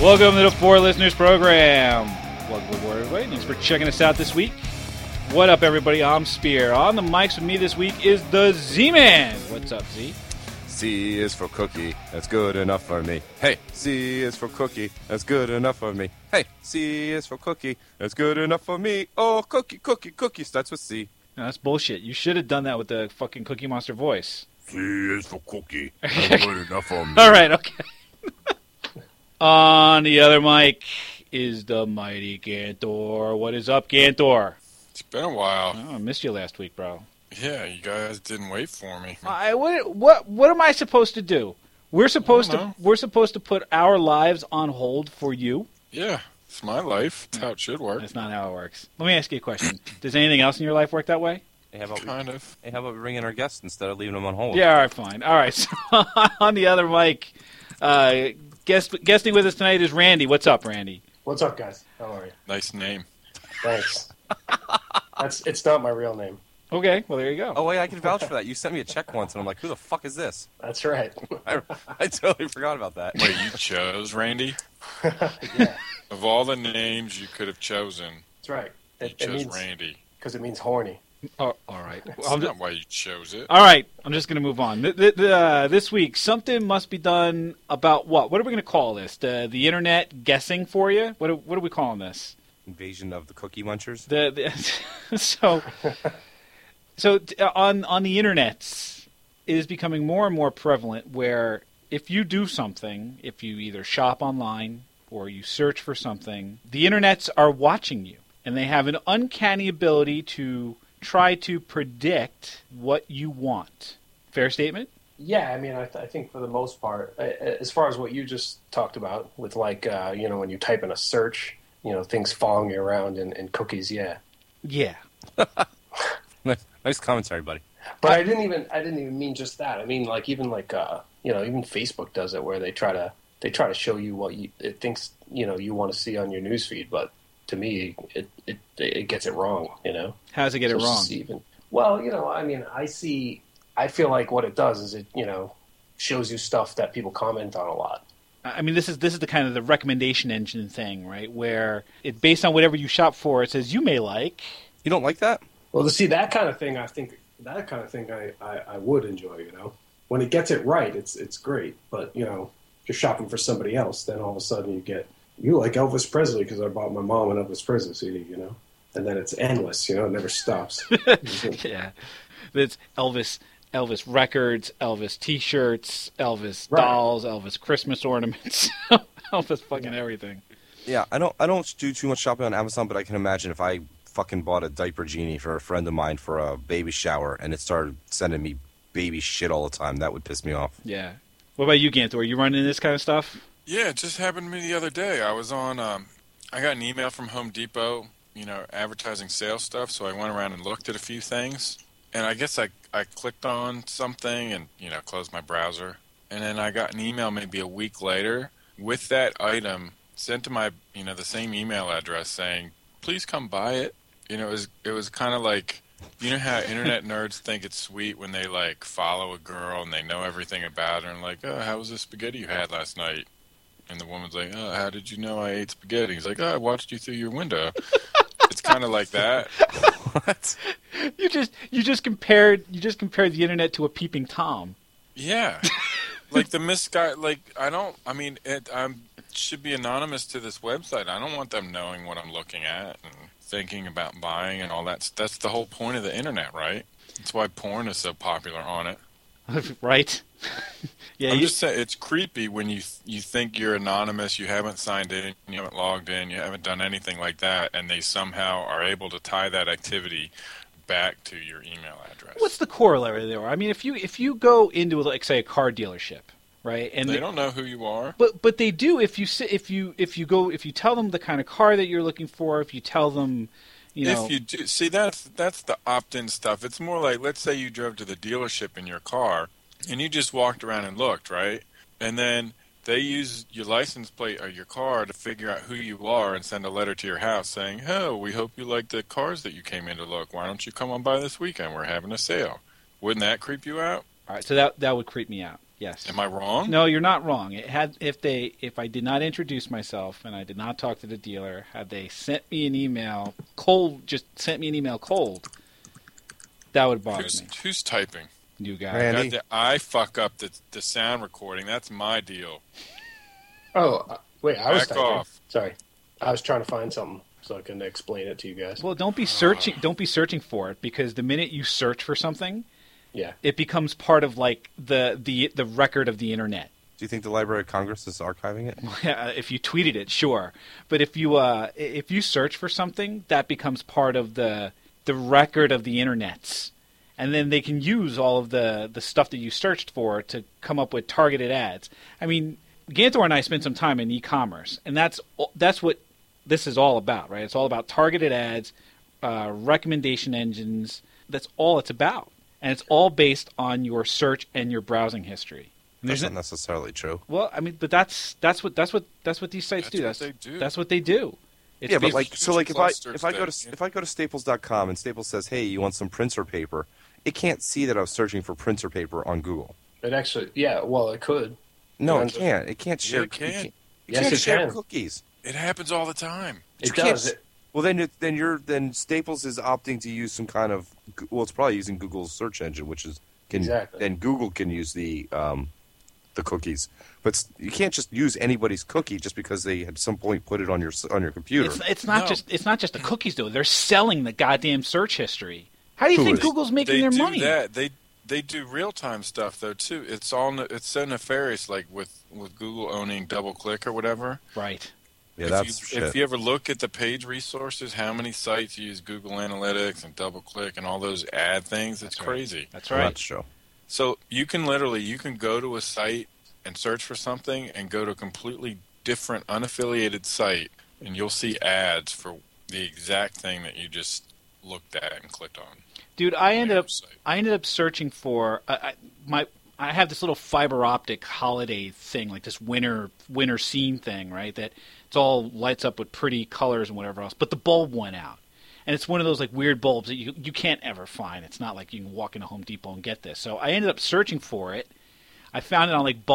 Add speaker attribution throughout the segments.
Speaker 1: Welcome to the Four Listeners Program. Welcome aboard, everybody. Thanks for checking us out this week. What up, everybody? I'm Spear. On the mics with me this week is the Z Man. What's up, Z?
Speaker 2: C is for cookie. That's good enough for me. Hey, C is for cookie. That's good enough for me. Hey, C is for cookie. That's good enough for me. Oh, cookie, cookie, cookie starts with C.
Speaker 1: No, that's bullshit. You should have done that with the fucking Cookie Monster voice.
Speaker 3: C is for cookie. That's good enough for me.
Speaker 1: All right, okay. On the other mic is the mighty Gantor. What is up, Gantor?
Speaker 4: It's been a while.
Speaker 1: Oh, I missed you last week, bro.
Speaker 4: Yeah, you guys didn't wait for me.
Speaker 1: I what what what am I supposed to do? We're supposed to
Speaker 4: know.
Speaker 1: we're supposed to put our lives on hold for you.
Speaker 4: Yeah, it's my life. It's how it should work.
Speaker 1: That's not how it works. Let me ask you a question. Does anything else in your life work that way?
Speaker 2: Hey, how about we,
Speaker 4: Kind of.
Speaker 2: hey, how about we ring in our guests instead of leaving them on hold?
Speaker 1: Yeah, all right, fine. All right. So on the other mic, uh, guest, guesting with us tonight is Randy. What's up, Randy?
Speaker 5: What's up, guys? How are you?
Speaker 4: Nice name.
Speaker 5: Thanks. That's it's not my real name.
Speaker 1: Okay, well there you go.
Speaker 2: Oh wait, I can vouch for that. You sent me a check once, and I'm like, who the fuck is this?
Speaker 5: That's right.
Speaker 2: I, I totally forgot about that.
Speaker 4: Wait, you chose Randy?
Speaker 5: yeah,
Speaker 4: Of all the names you could have chosen,
Speaker 5: that's right.
Speaker 4: you
Speaker 5: It, it
Speaker 4: chose
Speaker 5: means
Speaker 4: Randy.
Speaker 5: because it means horny.
Speaker 1: Oh, all right. Well,
Speaker 4: That's
Speaker 1: I'm
Speaker 4: not why you chose it.
Speaker 1: All right, I'm just going to move on. Th- th- th- uh, this week, something must be done about what? What are we going to call this? The, the internet guessing for you? What are, what are we calling this?
Speaker 2: Invasion of the Cookie Munchers.
Speaker 1: The, the so so t- on on the internet, it is becoming more and more prevalent. Where if you do something, if you either shop online or you search for something, the internets are watching you, and they have an uncanny ability to try to predict what you want. Fair statement.
Speaker 5: Yeah, I mean, I, th- I think for the most part, I- I- as far as what you just talked about, with like uh, you know when you type in a search, you know things following you around and, and cookies. Yeah,
Speaker 1: Yeah.
Speaker 2: Nice, nice commentary, buddy.
Speaker 5: but I didn't even I didn't even mean just that. I mean like even like uh, you know even Facebook does it where they try to they try to show you what you, it thinks you know you want to see on your newsfeed, but to me it it, it gets it wrong. You know.
Speaker 1: How's it get it
Speaker 5: So it's
Speaker 1: wrong?
Speaker 5: just even- well, you know, I mean, I see. I feel like what it does is it, you know, shows you stuff that people comment on a lot.
Speaker 1: I mean, this is this is the kind of the recommendation engine thing, right? Where it based on whatever you shop for, it says you may like.
Speaker 2: You don't like that?
Speaker 5: Well, to see that kind of thing, I think that kind of thing, I, I, I would enjoy. You know, when it gets it right, it's it's great. But you know, if you're shopping for somebody else, then all of a sudden you get you like Elvis Presley because I bought my mom an Elvis Presley CD. You know, and then it's endless. You know, it never stops.
Speaker 1: yeah, it's Elvis, Elvis records, Elvis T-shirts, Elvis
Speaker 5: Right.
Speaker 1: dolls, Elvis Christmas ornaments, Elvis fucking everything.
Speaker 2: Yeah, I don't. I don't do too much shopping on Amazon, but I can imagine if I fucking bought a diaper genie for a friend of mine for a baby shower, and it started sending me baby shit all the time, that would piss me off.
Speaker 1: Yeah. What about you, Ganthor? You running this kind of stuff?
Speaker 4: Yeah, it just happened to me the other day. I was on, um, I got an email from Home Depot, you know, advertising sales stuff. So I went around and looked at a few things. And I guess I, I clicked on something and, you know, closed my browser. And then I got an email maybe a week later with that item sent to my, you know, the same email address saying, please come buy it. You know, it was, it was kind of like, you know how internet nerds think it's sweet when they like follow a girl and they know everything about her and like, oh, how was the spaghetti you had last night? And the woman's like, "Oh, how did you know I ate spaghetti?" He's like, "Oh, I watched you through your window." it's kind of like that.
Speaker 2: What?
Speaker 1: You just you just compared you just compared the internet to a peeping tom.
Speaker 4: Yeah. like the misguided. Like I don't. I mean, it i should be anonymous to this website. I don't want them knowing what I'm looking at and thinking about buying and all that. That's the whole point of the internet, right? That's why porn is so popular on it.
Speaker 1: right? yeah.
Speaker 4: I'm
Speaker 1: you-
Speaker 4: just saying it's creepy when you you think you're anonymous, you haven't signed in, you haven't logged in, you haven't done anything like that, and they somehow are able to tie that activity back to your email address.
Speaker 1: What's the corollary there? I mean, if you if you go into like say a car dealership, right, and
Speaker 4: they don't know who you are.
Speaker 1: But but they do if you si- if you if you go if you tell them the kind of car that you're looking for, if you tell them, you know,
Speaker 4: if you do, see that's that's the opt-in stuff. It's more like let's say you drove to the dealership in your car and you just walked around and looked, right? And then they use your license plate or your car to figure out who you are and send a letter to your house saying, "Oh, we hope you like the cars that you came in to look. Why don't you come on by this weekend? We're having a sale." Wouldn't that creep you out?
Speaker 1: all right, so that that would creep me out. Yes.
Speaker 4: Am I wrong?
Speaker 1: No, you're not wrong. It had if they if I did not introduce myself and I did not talk to the dealer, had they sent me an email cold, just sent me an email cold, that would bother
Speaker 4: Who's,
Speaker 1: me.
Speaker 4: who's typing?
Speaker 1: You guys,
Speaker 6: Randy.
Speaker 4: God, da- I fuck up the, the sound recording. That's my deal.
Speaker 5: Oh, uh, wait, I was
Speaker 4: Back
Speaker 5: typing.
Speaker 4: off.
Speaker 5: Sorry, I was trying to find something so I can explain it to you guys.
Speaker 1: Well, don't be searching. Don't be searching for it because the minute you search for something,
Speaker 5: Yeah.
Speaker 1: it becomes part of like the the the record of the internet.
Speaker 2: Do you think the Library of Congress is archiving it?
Speaker 1: if you tweeted it, sure, but if you uh, if you search for something, that becomes part of the the record of the internets, and then they can use all of the the stuff that you searched for to come up with targeted ads. I mean, Gantor and I spent some time in e-commerce, and that's that's what this is all about, right? It's all about targeted ads, uh, recommendation engines. That's all it's about, and it's all based on your search and your browsing history. And
Speaker 2: That's
Speaker 1: there's
Speaker 2: not necessarily true.
Speaker 1: well, I mean, but that's that's what that's what that's what these sites do.
Speaker 4: That's
Speaker 1: That's
Speaker 4: what they do.
Speaker 1: That's what they do. It's
Speaker 2: yeah, but
Speaker 1: based-
Speaker 2: like, so like, if I
Speaker 4: clusters
Speaker 2: if I go
Speaker 4: that-
Speaker 2: to if I go to Staples.com and Staples says, "Hey, you want some printer paper?" It can't see that I was searching for printer paper on Google.
Speaker 5: It actually, yeah. Well, it could.
Speaker 2: No, it
Speaker 5: Depends if-
Speaker 2: can't. It can't
Speaker 4: Yeah,
Speaker 2: share.
Speaker 4: it can.
Speaker 2: It
Speaker 5: Yes,
Speaker 2: can't
Speaker 5: it
Speaker 2: share
Speaker 5: can.
Speaker 2: cookies.
Speaker 4: It happens all the time.
Speaker 5: It
Speaker 2: You can't
Speaker 5: does.
Speaker 2: s-
Speaker 5: It,
Speaker 2: Well, then, it, then you're then Staples is opting to use some kind of Go- well, it's probably using Google's search engine, which is can
Speaker 5: Exactly.
Speaker 2: then Google can use the um, the cookies, but s- you can't just use anybody's cookie just because they at some point put it on your s- on your computer.
Speaker 1: it's it's not
Speaker 4: No.
Speaker 1: just it's not just the cookies though. They're selling the goddamn search history. How do you
Speaker 2: Who
Speaker 1: think
Speaker 2: is?
Speaker 1: Google's making
Speaker 4: they
Speaker 1: their
Speaker 4: do
Speaker 1: money?
Speaker 4: that. They they do real time stuff though too. It's all ne- it's so nefarious. Like with with Google owning DoubleClick or whatever.
Speaker 1: Right.
Speaker 2: yeah,
Speaker 4: if
Speaker 2: that's
Speaker 4: you,
Speaker 2: shit.
Speaker 4: If you ever look at the page resources, how many sites use Google Analytics and DoubleClick and all those ad things? It's
Speaker 1: That's right.
Speaker 4: crazy.
Speaker 1: That's
Speaker 2: Well,
Speaker 1: right.
Speaker 2: that's true.
Speaker 4: So you can literally you can go to a site and search for something and go to a completely different unaffiliated site and you'll see ads for the exact thing that you just looked at and clicked on.
Speaker 1: Dude, I ended up
Speaker 4: Website.
Speaker 1: I ended up searching for uh, I I, my I have this little fiber optic holiday thing, like this winter winter scene thing, right? That it's all lights up with pretty colors and whatever else, but the bulb went out. And it's one of those like weird bulbs that you you can't ever find. It's not like you can walk into Home Depot and get this. So I ended up searching for it. I found it on like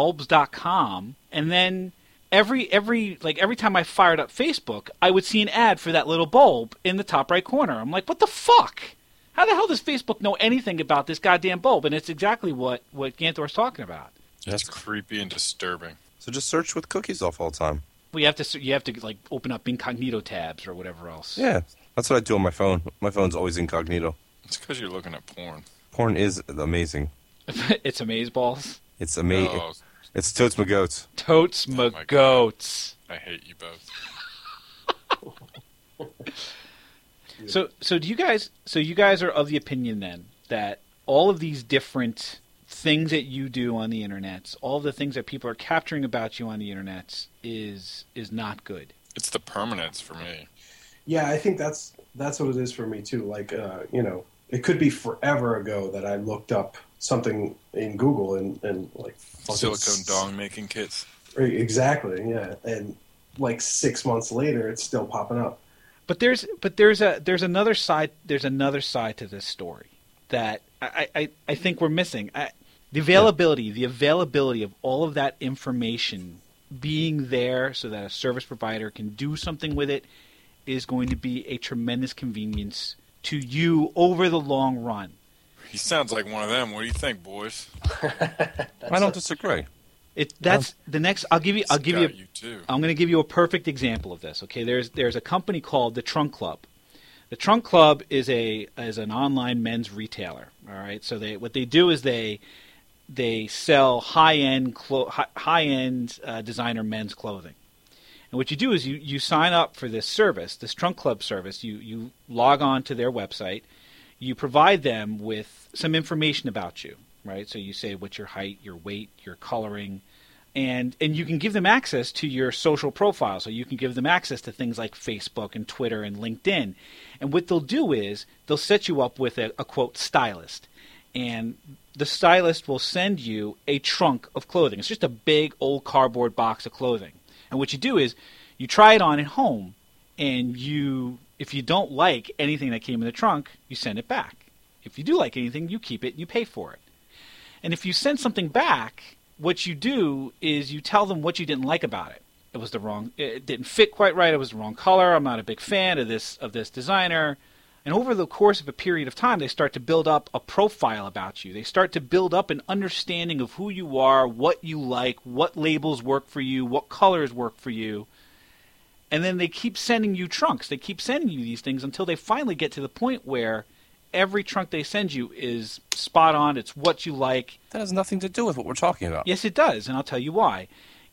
Speaker 1: bulbs.com and then every every like every time I fired up Facebook, I would see an ad for that little bulb in the top right corner. I'm like, "What the fuck?" How the hell does Facebook know anything about this goddamn bulb? And it's exactly what what Gantor's talking about.
Speaker 4: It's creepy and disturbing.
Speaker 2: So just search with cookies off all the time.
Speaker 1: Well, you have to you have to like open up incognito tabs or whatever else.
Speaker 2: Yeah, that's what I do on my phone. My phone's always incognito.
Speaker 4: It's because you're looking at porn.
Speaker 2: Porn is amazing.
Speaker 1: it's amazeballs,
Speaker 2: It's amazing.
Speaker 4: Oh,
Speaker 2: It's totes my goats.
Speaker 1: totes,
Speaker 4: my
Speaker 1: my goats.
Speaker 4: I hate you both.
Speaker 1: So so do you guys so you guys are of the opinion then that all of these different things that you do on the internet, all of the things that people are capturing about you on the internet is is not good.
Speaker 4: It's the permanence for me.
Speaker 5: yeah, I think that's that's what it is for me too. Like, uh, you know, it could be forever ago that I looked up something in Google and and like fucking
Speaker 4: Silicone
Speaker 5: s-
Speaker 4: dong making kits.
Speaker 5: Exactly. Yeah, and like six months later, it's still popping up.
Speaker 1: But there's but there's a there's another side there's another side to this story that I I, I think we're missing. I, the availability the availability of all of that information being there so that a service provider can do something with it is going to be a tremendous convenience to you over the long run.
Speaker 4: He sounds like one of them. What do you think, boys?
Speaker 2: I don't disagree.
Speaker 1: It that's the next I'll give you I'll give you
Speaker 4: Scott, you too.
Speaker 1: I'm going to give you a perfect example of this. Okay, there's there's a company called the Trunk Club. The Trunk Club is a is an online men's retailer. All right, so they what they do is they they sell high end clo- high end uh, designer men's clothing. And what you do is you, you sign up for this service, this Trunk Club service. You you log on to their website. You provide them with some information about you, right? So you say what's your height, your weight, your coloring, and and you can give them access to your social profile so you can give them access to things like facebook and twitter and linkedin and what they'll do is they'll set you up with a, a quote stylist and the stylist will send you a trunk of clothing it's just a big old cardboard box of clothing and what you do is you try it on at home and you if you don't like anything that came in the trunk you send it back if you do like anything you keep it and you pay for it and if you send something back what you do is you tell them what you didn't like about it. It was the wrong. It didn't fit quite right. It was the wrong color. I'm not a big fan of this of this designer. And over the course of a period of time, they start to build up a profile about you. They start to build up an understanding of who you are, what you like, what labels work for you, what colors work for you. And then they keep sending you trunks. They keep sending you these things until they finally get to the point where every trunk they send you is spot on. It's what you like.
Speaker 2: That has nothing to do with what we're talking about.
Speaker 1: Yes, it does, and I'll tell you why.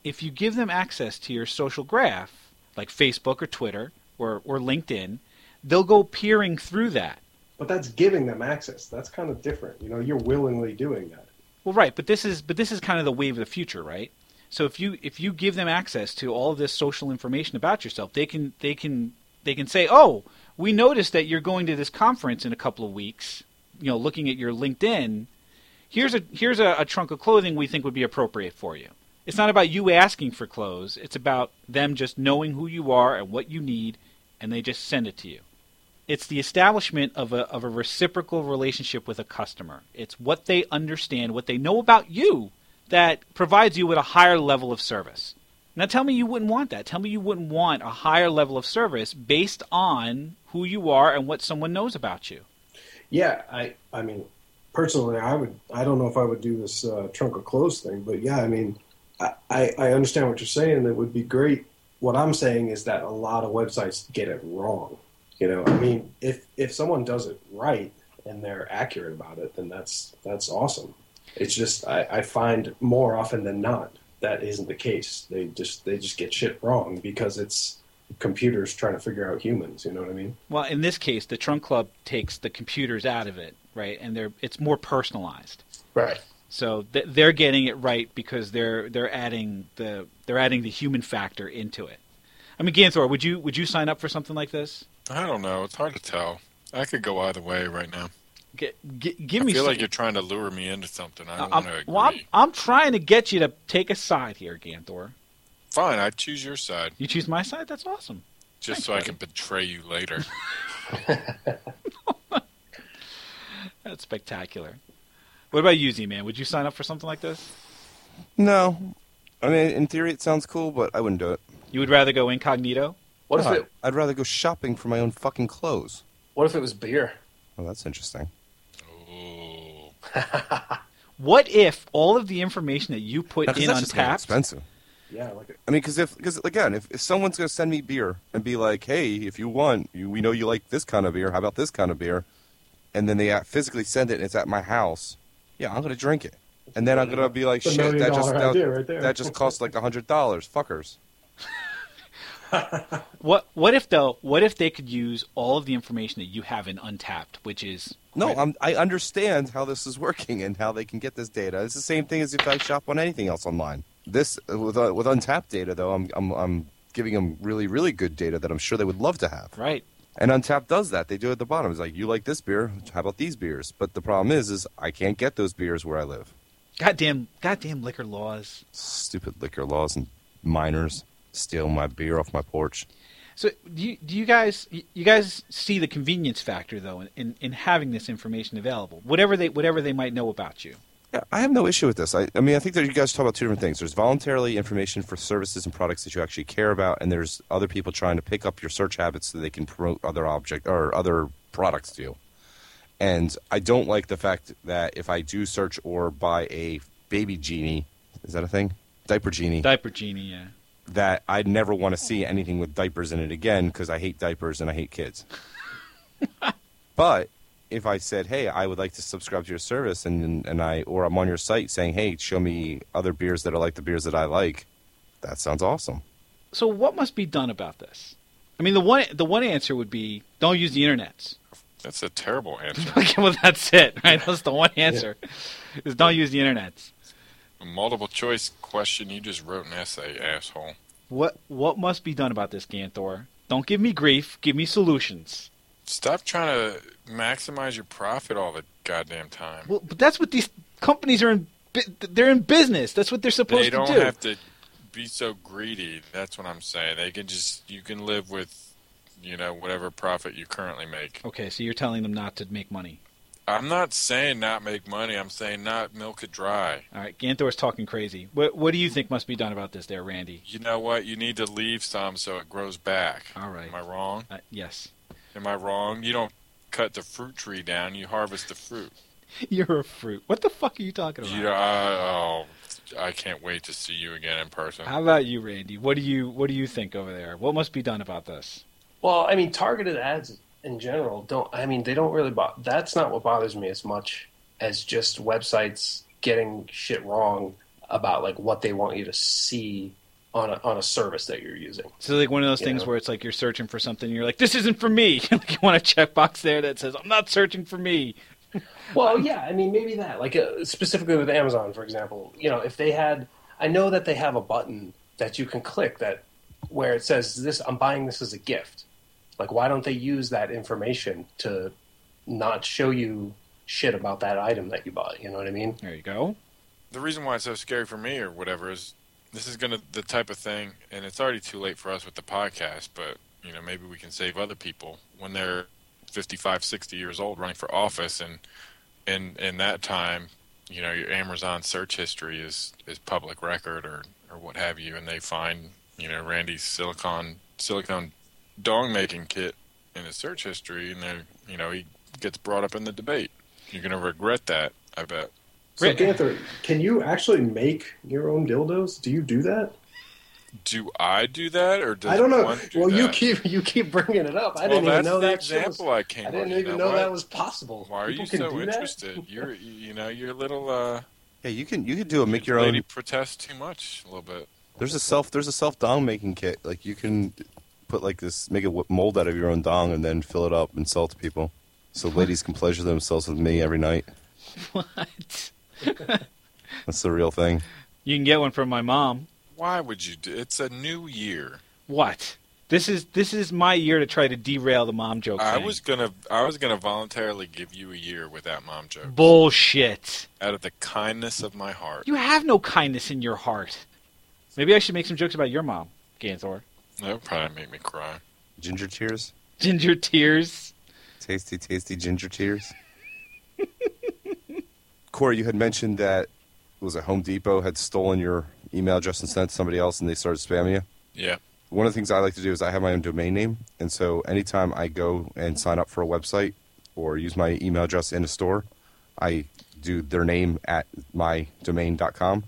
Speaker 1: If you give them access to your social graph, like Facebook or Twitter or, or LinkedIn, they'll go peering through that.
Speaker 5: But that's giving them access. That's kind of different. You know, you're willingly doing that.
Speaker 1: Well, right, but this is but this is kind of the wave of the future, right? So if you if you give them access to all of this social information about yourself, they can they can they can say, "Oh, we noticed that you're going to this conference in a couple of weeks." You know, looking at your LinkedIn, here's a here's a, a trunk of clothing we think would be appropriate for you. It's not about you asking for clothes. It's about them just knowing who you are and what you need, and they just send it to you it's the establishment of a, of a reciprocal relationship with a customer. It's what they understand, what they know about you that provides you with a higher level of service. Now tell me you wouldn't want that. Tell me you wouldn't want a higher level of service based on who you are and what someone knows about you.
Speaker 5: Yeah, I I mean, personally, I would I don't know if I would do this uh, trunk of clothes thing, but yeah, I mean, I, I I understand what you're saying. That would be great. What I'm saying is that a lot of websites get it wrong. You know, I mean, if if someone does it right and they're accurate about it, then that's that's awesome. It's just I, I find more often than not that isn't the case. They just they just get shit wrong because it's computers trying to figure out humans. You know what I mean?
Speaker 1: Well, in this case, the Trunk Club takes the computers out of it, right? And they're it's more personalized.
Speaker 5: Right.
Speaker 1: So th- they're getting it right because they're they're adding the they're adding the human factor into it. I mean, Ganthor, would you would you sign up for something like this?
Speaker 4: I don't know. It's hard to tell. I could go either way right now.
Speaker 1: G- g- give me.
Speaker 4: I feel
Speaker 1: some- Uh,
Speaker 4: like you're trying to lure me into something. I don't
Speaker 1: I'm,
Speaker 4: want to agree.
Speaker 1: well, I'm, I'm trying to get you to take a side here, Ganthor.
Speaker 4: Fine, I choose your side
Speaker 1: You choose my side. That's awesome.
Speaker 4: just
Speaker 1: Thanks,
Speaker 4: so I
Speaker 1: buddy.
Speaker 4: can betray you later.
Speaker 1: That's spectacular. What about you, Z man? Would you sign up for something like this?
Speaker 2: No. I mean, in theory, it sounds cool, but I wouldn't do it.
Speaker 1: You would rather go incognito?
Speaker 6: What if
Speaker 2: No,
Speaker 6: it?
Speaker 2: I'd rather go shopping for my own fucking clothes.
Speaker 6: What if it was beer?
Speaker 2: Well, that's interesting.
Speaker 4: oh,
Speaker 1: What if all of the information that you put
Speaker 2: Now, 'cause
Speaker 1: in
Speaker 2: that's
Speaker 1: on
Speaker 2: just gonna be
Speaker 1: tap?
Speaker 2: expensive.
Speaker 5: Yeah, like
Speaker 2: I mean, because if, because again, if, if someone's going to send me beer and be like, "Hey, if you want, you, we know you like this kind of beer. How about this kind of beer?" and then they uh, physically send it, and it's at my house. Yeah, I'm going to drink it, and then I'm going to be like,
Speaker 5: It's a
Speaker 2: "Shit, that just
Speaker 5: million-dollar
Speaker 2: that,
Speaker 5: idea right there."
Speaker 2: that just cost like a hundred dollars, fuckers."
Speaker 1: What What if though? What if they could use all of the information that you have in Untapped, which is
Speaker 2: No, I'm, I understand how this is working and how they can get this data. It's the same thing as if I shop on anything else online. This uh, with uh, with untapped data though, I'm I'm, I'm giving them really really good data that I'm sure they would love to have.
Speaker 1: right?
Speaker 2: And Untapped does that. They do it at the bottom. It's like you like this beer, how about these beers? But the problem is, is I can't get those beers where I live.
Speaker 1: Goddamn, goddamn liquor laws.
Speaker 2: Stupid liquor laws and minors steal my beer off my porch.
Speaker 1: So do you, do you guys you guys see the convenience factor though in, in, in having this information available whatever they whatever they might know about you
Speaker 2: Yeah, I have no issue with this. I, I mean, I think that you guys talk about two different things. There's voluntarily information for services and products that you actually care about, and there's other people trying to pick up your search habits so they can promote other object or other products to you. And I don't like the fact that if I do search or buy a baby genie, is that a thing? Diaper genie.
Speaker 1: diaper genie yeah
Speaker 2: that I'd never want to see anything with diapers in it again because I hate diapers and I hate kids. but if I said, "Hey, I would like to subscribe to your service," and and I or I'm on your site saying, "Hey, show me other beers that are like the beers that I like," that sounds awesome.
Speaker 1: so what must be done about this I mean the one the one answer would be don't use the internet
Speaker 4: that's a terrible answer.
Speaker 1: well that's it right that's the one answer is don't use the internet
Speaker 4: A multiple choice question. You just wrote an essay, asshole.
Speaker 1: what what must be done about this Ganthor don't give me grief give me solutions
Speaker 4: Stop trying to maximize your profit all the goddamn time.
Speaker 1: well but that's what these companies are in bu- they're in business that's what they're supposed
Speaker 4: they don't
Speaker 1: to do
Speaker 4: have to be so greedy. That's what I'm saying. They can just you can live with you know whatever profit you currently make.
Speaker 1: okay so you're telling them not to make money
Speaker 4: I'm not saying not make money. I'm saying not milk it dry.
Speaker 1: All right, Ganthor's talking crazy. What What do you think must be done about this, there, Randy?
Speaker 4: You know what? You need to leave some so it grows back.
Speaker 1: All right.
Speaker 4: Am I wrong?
Speaker 1: Uh, yes,
Speaker 4: Am I wrong? You don't cut the fruit tree down. You harvest the fruit.
Speaker 1: you're a fruit. What the fuck are you talking about?
Speaker 4: You, I, oh, I can't wait to see you again in person.
Speaker 1: How about you, Randy? What do you What do you think over there? What must be done about this?
Speaker 5: Well, I mean, targeted ads in general don't. I mean, they don't really. Bo- that's not what bothers me as much as just websites getting shit wrong about like what they want you to see on a, on a service that you're using.
Speaker 1: So like one of those things
Speaker 5: Yeah.
Speaker 1: where it's like you're searching for something, and you're like, this isn't for me. like you want a checkbox there that says, I'm not searching for me.
Speaker 5: Well, yeah, I mean, maybe that. Like uh, specifically with Amazon, for example, you know, if they had, I know that they have a button that you can click that where it says this, I'm buying this as a gift. Like, why don't they use that information to not show you shit about that item that you bought? You know what I mean?
Speaker 1: There you go.
Speaker 4: the reason why it's so scary for me or whatever is this is gonna the type of thing and it's already too late for us with the podcast but you know maybe we can save other people when they're 55 60 years old running for office and in in that time you know your amazon search history is is public record or or what have you and they find you know randy's silicon silicon dong making kit in his search history and then you know he gets brought up in the debate you're gonna regret that i bet
Speaker 5: So,
Speaker 1: Right.
Speaker 5: Panther, can you actually make your own dildos? Do you do that?
Speaker 4: Do I do that, or does
Speaker 5: I don't know.
Speaker 4: One do
Speaker 5: Well, you
Speaker 4: that?
Speaker 5: keep you keep bringing it up.
Speaker 4: well,
Speaker 5: I didn't
Speaker 4: that's
Speaker 5: even know
Speaker 4: the
Speaker 5: that. shit
Speaker 4: example
Speaker 5: Was,
Speaker 4: I came.
Speaker 5: I didn't
Speaker 4: with, you
Speaker 5: even
Speaker 4: know
Speaker 5: know that
Speaker 4: what?
Speaker 5: was possible.
Speaker 4: Why are
Speaker 5: People
Speaker 4: you
Speaker 5: can
Speaker 4: so
Speaker 5: do that?
Speaker 4: interested? You're, you know, you're a little uh,
Speaker 2: Yeah, you can you can do a make your
Speaker 4: lady
Speaker 2: own.
Speaker 4: protest too much a little bit.
Speaker 2: There's a self there's a self dong making kit. Like you can put like this make a w- mold out of your own dong and then fill it up and sell it to people. So ladies can pleasure themselves with me every night.
Speaker 1: What?
Speaker 2: That's the real thing.
Speaker 1: You can get one from my mom.
Speaker 4: Why would you do? It's a new year.
Speaker 1: What? This is this is my year to try to derail the mom joke.
Speaker 4: I
Speaker 1: thing.
Speaker 4: was gonna, I was gonna voluntarily give you a year with that mom joke
Speaker 1: bullshit.
Speaker 4: out of the kindness of my heart.
Speaker 1: You have no kindness in your heart. Maybe I should make some jokes about your mom, Ganthor.
Speaker 4: That would probably make me cry.
Speaker 2: Ginger tears.
Speaker 1: Ginger tears.
Speaker 2: Tasty, tasty ginger tears. Corey, you had mentioned that was it Home Depot had stolen your email address and sent it to somebody else, and they started spamming you.
Speaker 4: Yeah,
Speaker 2: One of the things I like to do is I have my own domain name, and so anytime I go and sign up for a website or use my email address in a store, I do their name at mydomain.com.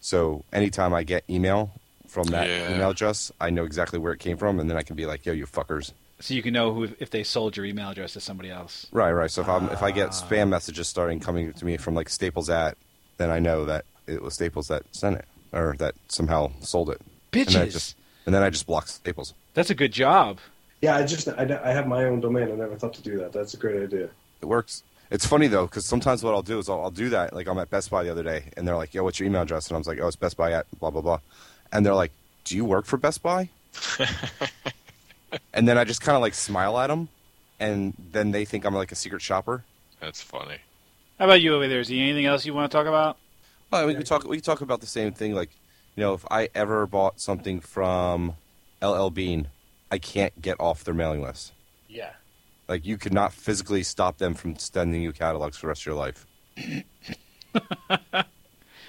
Speaker 2: So anytime I get email from that
Speaker 4: Yeah.
Speaker 2: email address, I know exactly where it came from, and then I can be like, "Yo, you fuckers."
Speaker 1: So you can know who if they sold your email address to somebody else.
Speaker 2: Right, right. So if I'm if I get spam messages starting coming to me from like Staples at, then I know that it was Staples that sent it or that somehow sold it. And then I
Speaker 1: Bitches.
Speaker 2: just and then I just block Staples.
Speaker 1: That's a good job.
Speaker 5: Yeah, I just I, I have my own domain. I never thought to do that. That's a great idea.
Speaker 2: It works. It's funny though because sometimes what I'll do is I'll, I'll do that. Like I'm at Best Buy the other day, and they're like, "Yo, what's your email address?" And I was like, "Oh, it's Best Buy at blah blah blah," and they're like, "Do you work for Best Buy?" and then I just kind of like smile at them, and then they think I'm like a secret shopper.
Speaker 4: that's funny.
Speaker 1: How about you over there? Is there anything else you want to talk about?
Speaker 2: Well, we can talk. We can talk about the same thing. Like, you know, if I ever bought something from LL Bean, I can't get off their mailing list.
Speaker 5: Yeah.
Speaker 2: Like, you could not physically stop them from sending you catalogs for the rest of your life.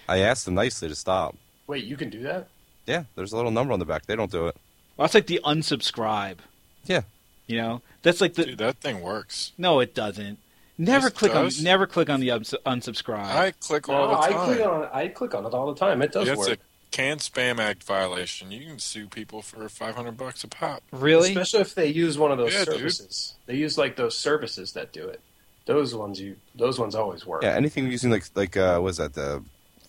Speaker 2: I asked them nicely to stop.
Speaker 5: Wait, you can do that?
Speaker 2: Yeah, there's a little number on the back. They don't do it.
Speaker 1: Well, that's like the unsubscribe.
Speaker 2: Yeah.
Speaker 1: You know, that's like the
Speaker 4: Dude, that thing works.
Speaker 1: no, it doesn't. Never
Speaker 4: Yes, it
Speaker 1: click
Speaker 4: does.
Speaker 1: on never click on the uns- unsubscribe.
Speaker 2: Uh,
Speaker 4: I click all
Speaker 5: No,
Speaker 4: the time.
Speaker 5: I click on I click on it all the time. It does
Speaker 4: That's
Speaker 5: work,
Speaker 4: a Can Spam Act violation. You can sue people for five hundred bucks a pop.
Speaker 1: really?
Speaker 5: especially if they use one of those
Speaker 4: Yeah, dude.
Speaker 5: services. They use like those services that do it. Those ones you those ones always work.
Speaker 2: Yeah, anything using like like uh, what is that the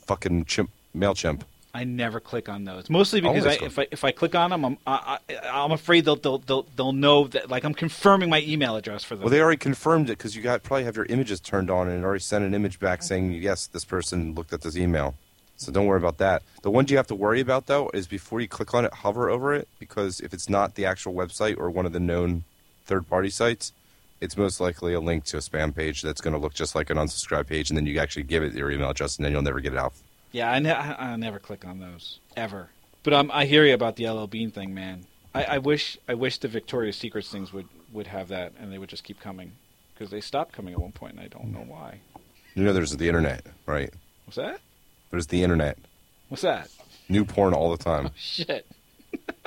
Speaker 2: fucking chimp Mailchimp?
Speaker 1: I never click on those. Mostly because I,
Speaker 2: Always go-
Speaker 1: if I if I click on them, I'm I, I, I'm afraid they'll, they'll they'll they'll know that like I'm confirming my email address for them.
Speaker 2: Well, they already confirmed it because you got probably have your images turned on and already sent an image back saying yes, this person looked at this email. So don't worry about that. The ones you have to worry about though is before you click on it, hover over it because if it's not the actual website or one of the known third-party sites, it's most likely a link to a spam page that's going to look just like an unsubscribe page, and then you actually give it your email address, and then you'll never get it out.
Speaker 1: yeah, I, ne- I I never click on those ever. But um, I hear you about the LL Bean thing, man. I, I wish I wish the Victoria's Secrets things would would have that, and they would just keep coming. 'Cause because they stopped coming at one point, and I don't know why.
Speaker 2: You know, there's the internet, right?
Speaker 1: What's that?
Speaker 2: There's the internet.
Speaker 1: What's that?
Speaker 2: New porn all the time.
Speaker 1: Shit.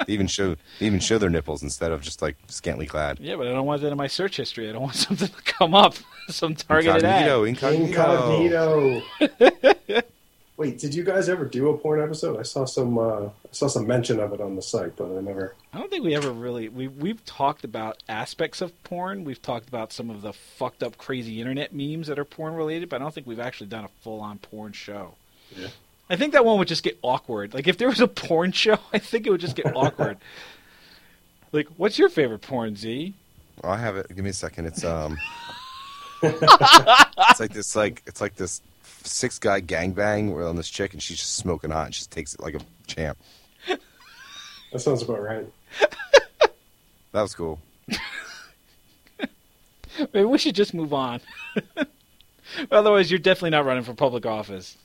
Speaker 2: They even show they even show their nipples instead of just like scantily clad.
Speaker 1: Yeah, but I don't want that in my search history. I don't want something to come up, some targeted ad.
Speaker 2: Incognito, incognito.
Speaker 5: Incognito. Wait, did you guys ever do a porn episode? I saw some uh, I saw some mention of it on the site, but I never.
Speaker 1: I don't think we ever really we we've talked about aspects of porn. We've talked about some of the fucked up, crazy internet memes that are porn related, but I don't think we've actually done a full on porn show.
Speaker 5: Yeah.
Speaker 1: I think that one would just get awkward. Like if there was a porn show, I think it would just get awkward. like, what's your favorite porn, Z?
Speaker 2: Oh, I have it. Give me a second. It's um, it's like this like it's like this six guy gangbang where on this chick and she's just smoking hot and she takes it like a champ.
Speaker 5: That sounds about right.
Speaker 2: That was cool.
Speaker 1: Maybe we should just move on. Otherwise, you're definitely not running for public office.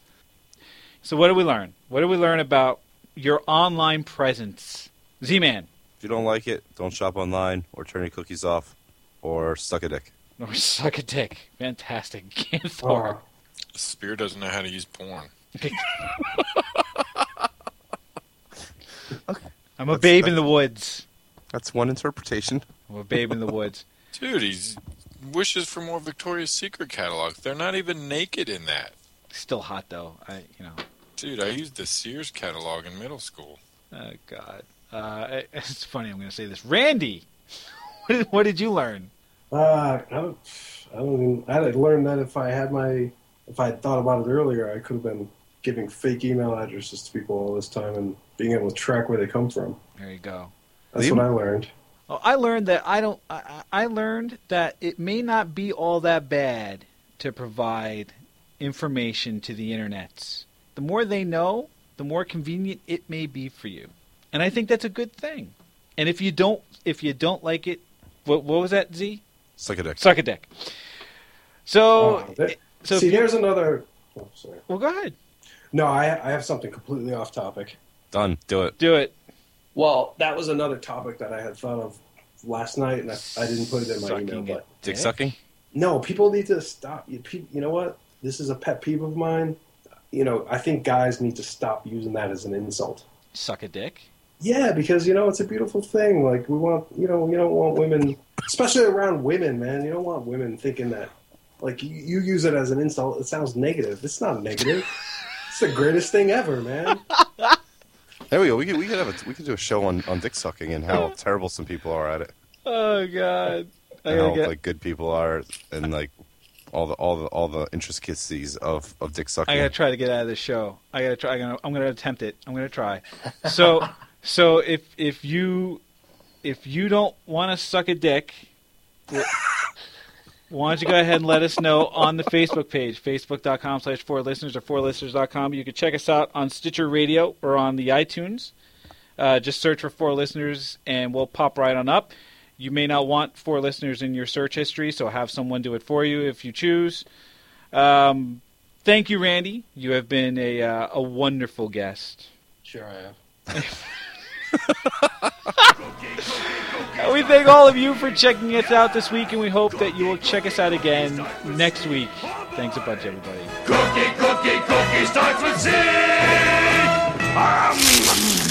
Speaker 1: So, what do we learn? What do we learn about your online presence, Z-Man,
Speaker 2: If you don't like it, don't shop online or turn your cookies off or suck a dick.
Speaker 1: or Oh, suck a dick? Fantastic, Game Thor.
Speaker 5: Oh,
Speaker 4: Spear doesn't know how to use porn.
Speaker 1: I'm a
Speaker 2: That's-
Speaker 1: babe in the woods.
Speaker 2: That's one interpretation.
Speaker 1: I'm a babe in the woods.
Speaker 4: Dude, he's wishes for more Victoria's Secret catalog. They're not even naked in that.
Speaker 1: Still hot though. I, you know.
Speaker 4: Dude, I used the Sears catalog in middle school.
Speaker 1: Oh God. Uh, it's funny. I'm going to say this, Randy. What did, what did you learn?
Speaker 5: Uh, I don't. I don't. Even, I'd learned that if I had my, if I had thought about it earlier, I could have been giving fake email addresses to people all this time and being able to track where they come from.
Speaker 1: There you go.
Speaker 5: That's
Speaker 2: Liam?
Speaker 5: what I learned.
Speaker 1: Oh, I learned that I don't. I, I I learned that it may not be all that bad to provide information to the internets. The more they know, the more convenient it may be for you, and I think that's a good thing. And if you don't, if you don't like it, what, what was that? Z
Speaker 2: Suck a dick.
Speaker 1: suck a dick. So,
Speaker 5: Oh, that-
Speaker 1: so if
Speaker 5: See,
Speaker 1: you-
Speaker 5: there's another. Oh, sorry.
Speaker 1: well, go ahead,
Speaker 5: No, I, I have something completely off topic.
Speaker 2: Done. Do it.
Speaker 1: do it.
Speaker 5: Well, that was another topic that I had thought of last night, and I, I didn't put it in my
Speaker 1: Sucking
Speaker 5: email.
Speaker 1: it.
Speaker 5: But
Speaker 2: Dick
Speaker 1: Dick?
Speaker 2: sucking.
Speaker 5: no, people need to stop. You, pe- you know what? This is a pet peeve of mine. You know, I think guys need to stop using that as an insult.
Speaker 1: Suck a dick.
Speaker 5: Yeah, because you know it's a beautiful thing. Like we want, you know, you don't want women, especially around women, man. You don't want women thinking that. Like you, you use it as an insult. It sounds negative. It's not negative. it's the greatest thing ever, man.
Speaker 2: There we go. We could we could have a we could do a show on, on dick sucking and how terrible some people are at it.
Speaker 1: Oh God, Oh, I
Speaker 2: And
Speaker 1: gotta
Speaker 2: how
Speaker 1: get.
Speaker 2: like good people are and like all the all the all the intricacies of, of dick sucking.
Speaker 1: I gotta try to get out of this show. I gotta try. I'm gonna, I'm gonna attempt it. I'm gonna try. So, so if if you if you don't want to suck a dick, why don't you go ahead and let us know on the Facebook page, facebook.com slash four listeners or four listeners.com. You can check us out on Stitcher Radio or on the iTunes. Uh, just search for four listeners and we'll pop right on up. You may not want four listeners in your search history, so have someone do it for you if you choose. Um, thank you, Randy. You have been a uh, a wonderful guest.
Speaker 5: Sure, I have.
Speaker 1: Uh, We thank all of you for checking us out this week, and we hope that you will check us out again next week. Thanks a bunch, everybody.
Speaker 3: Cookie, cookie, cookie starts with Z. Um,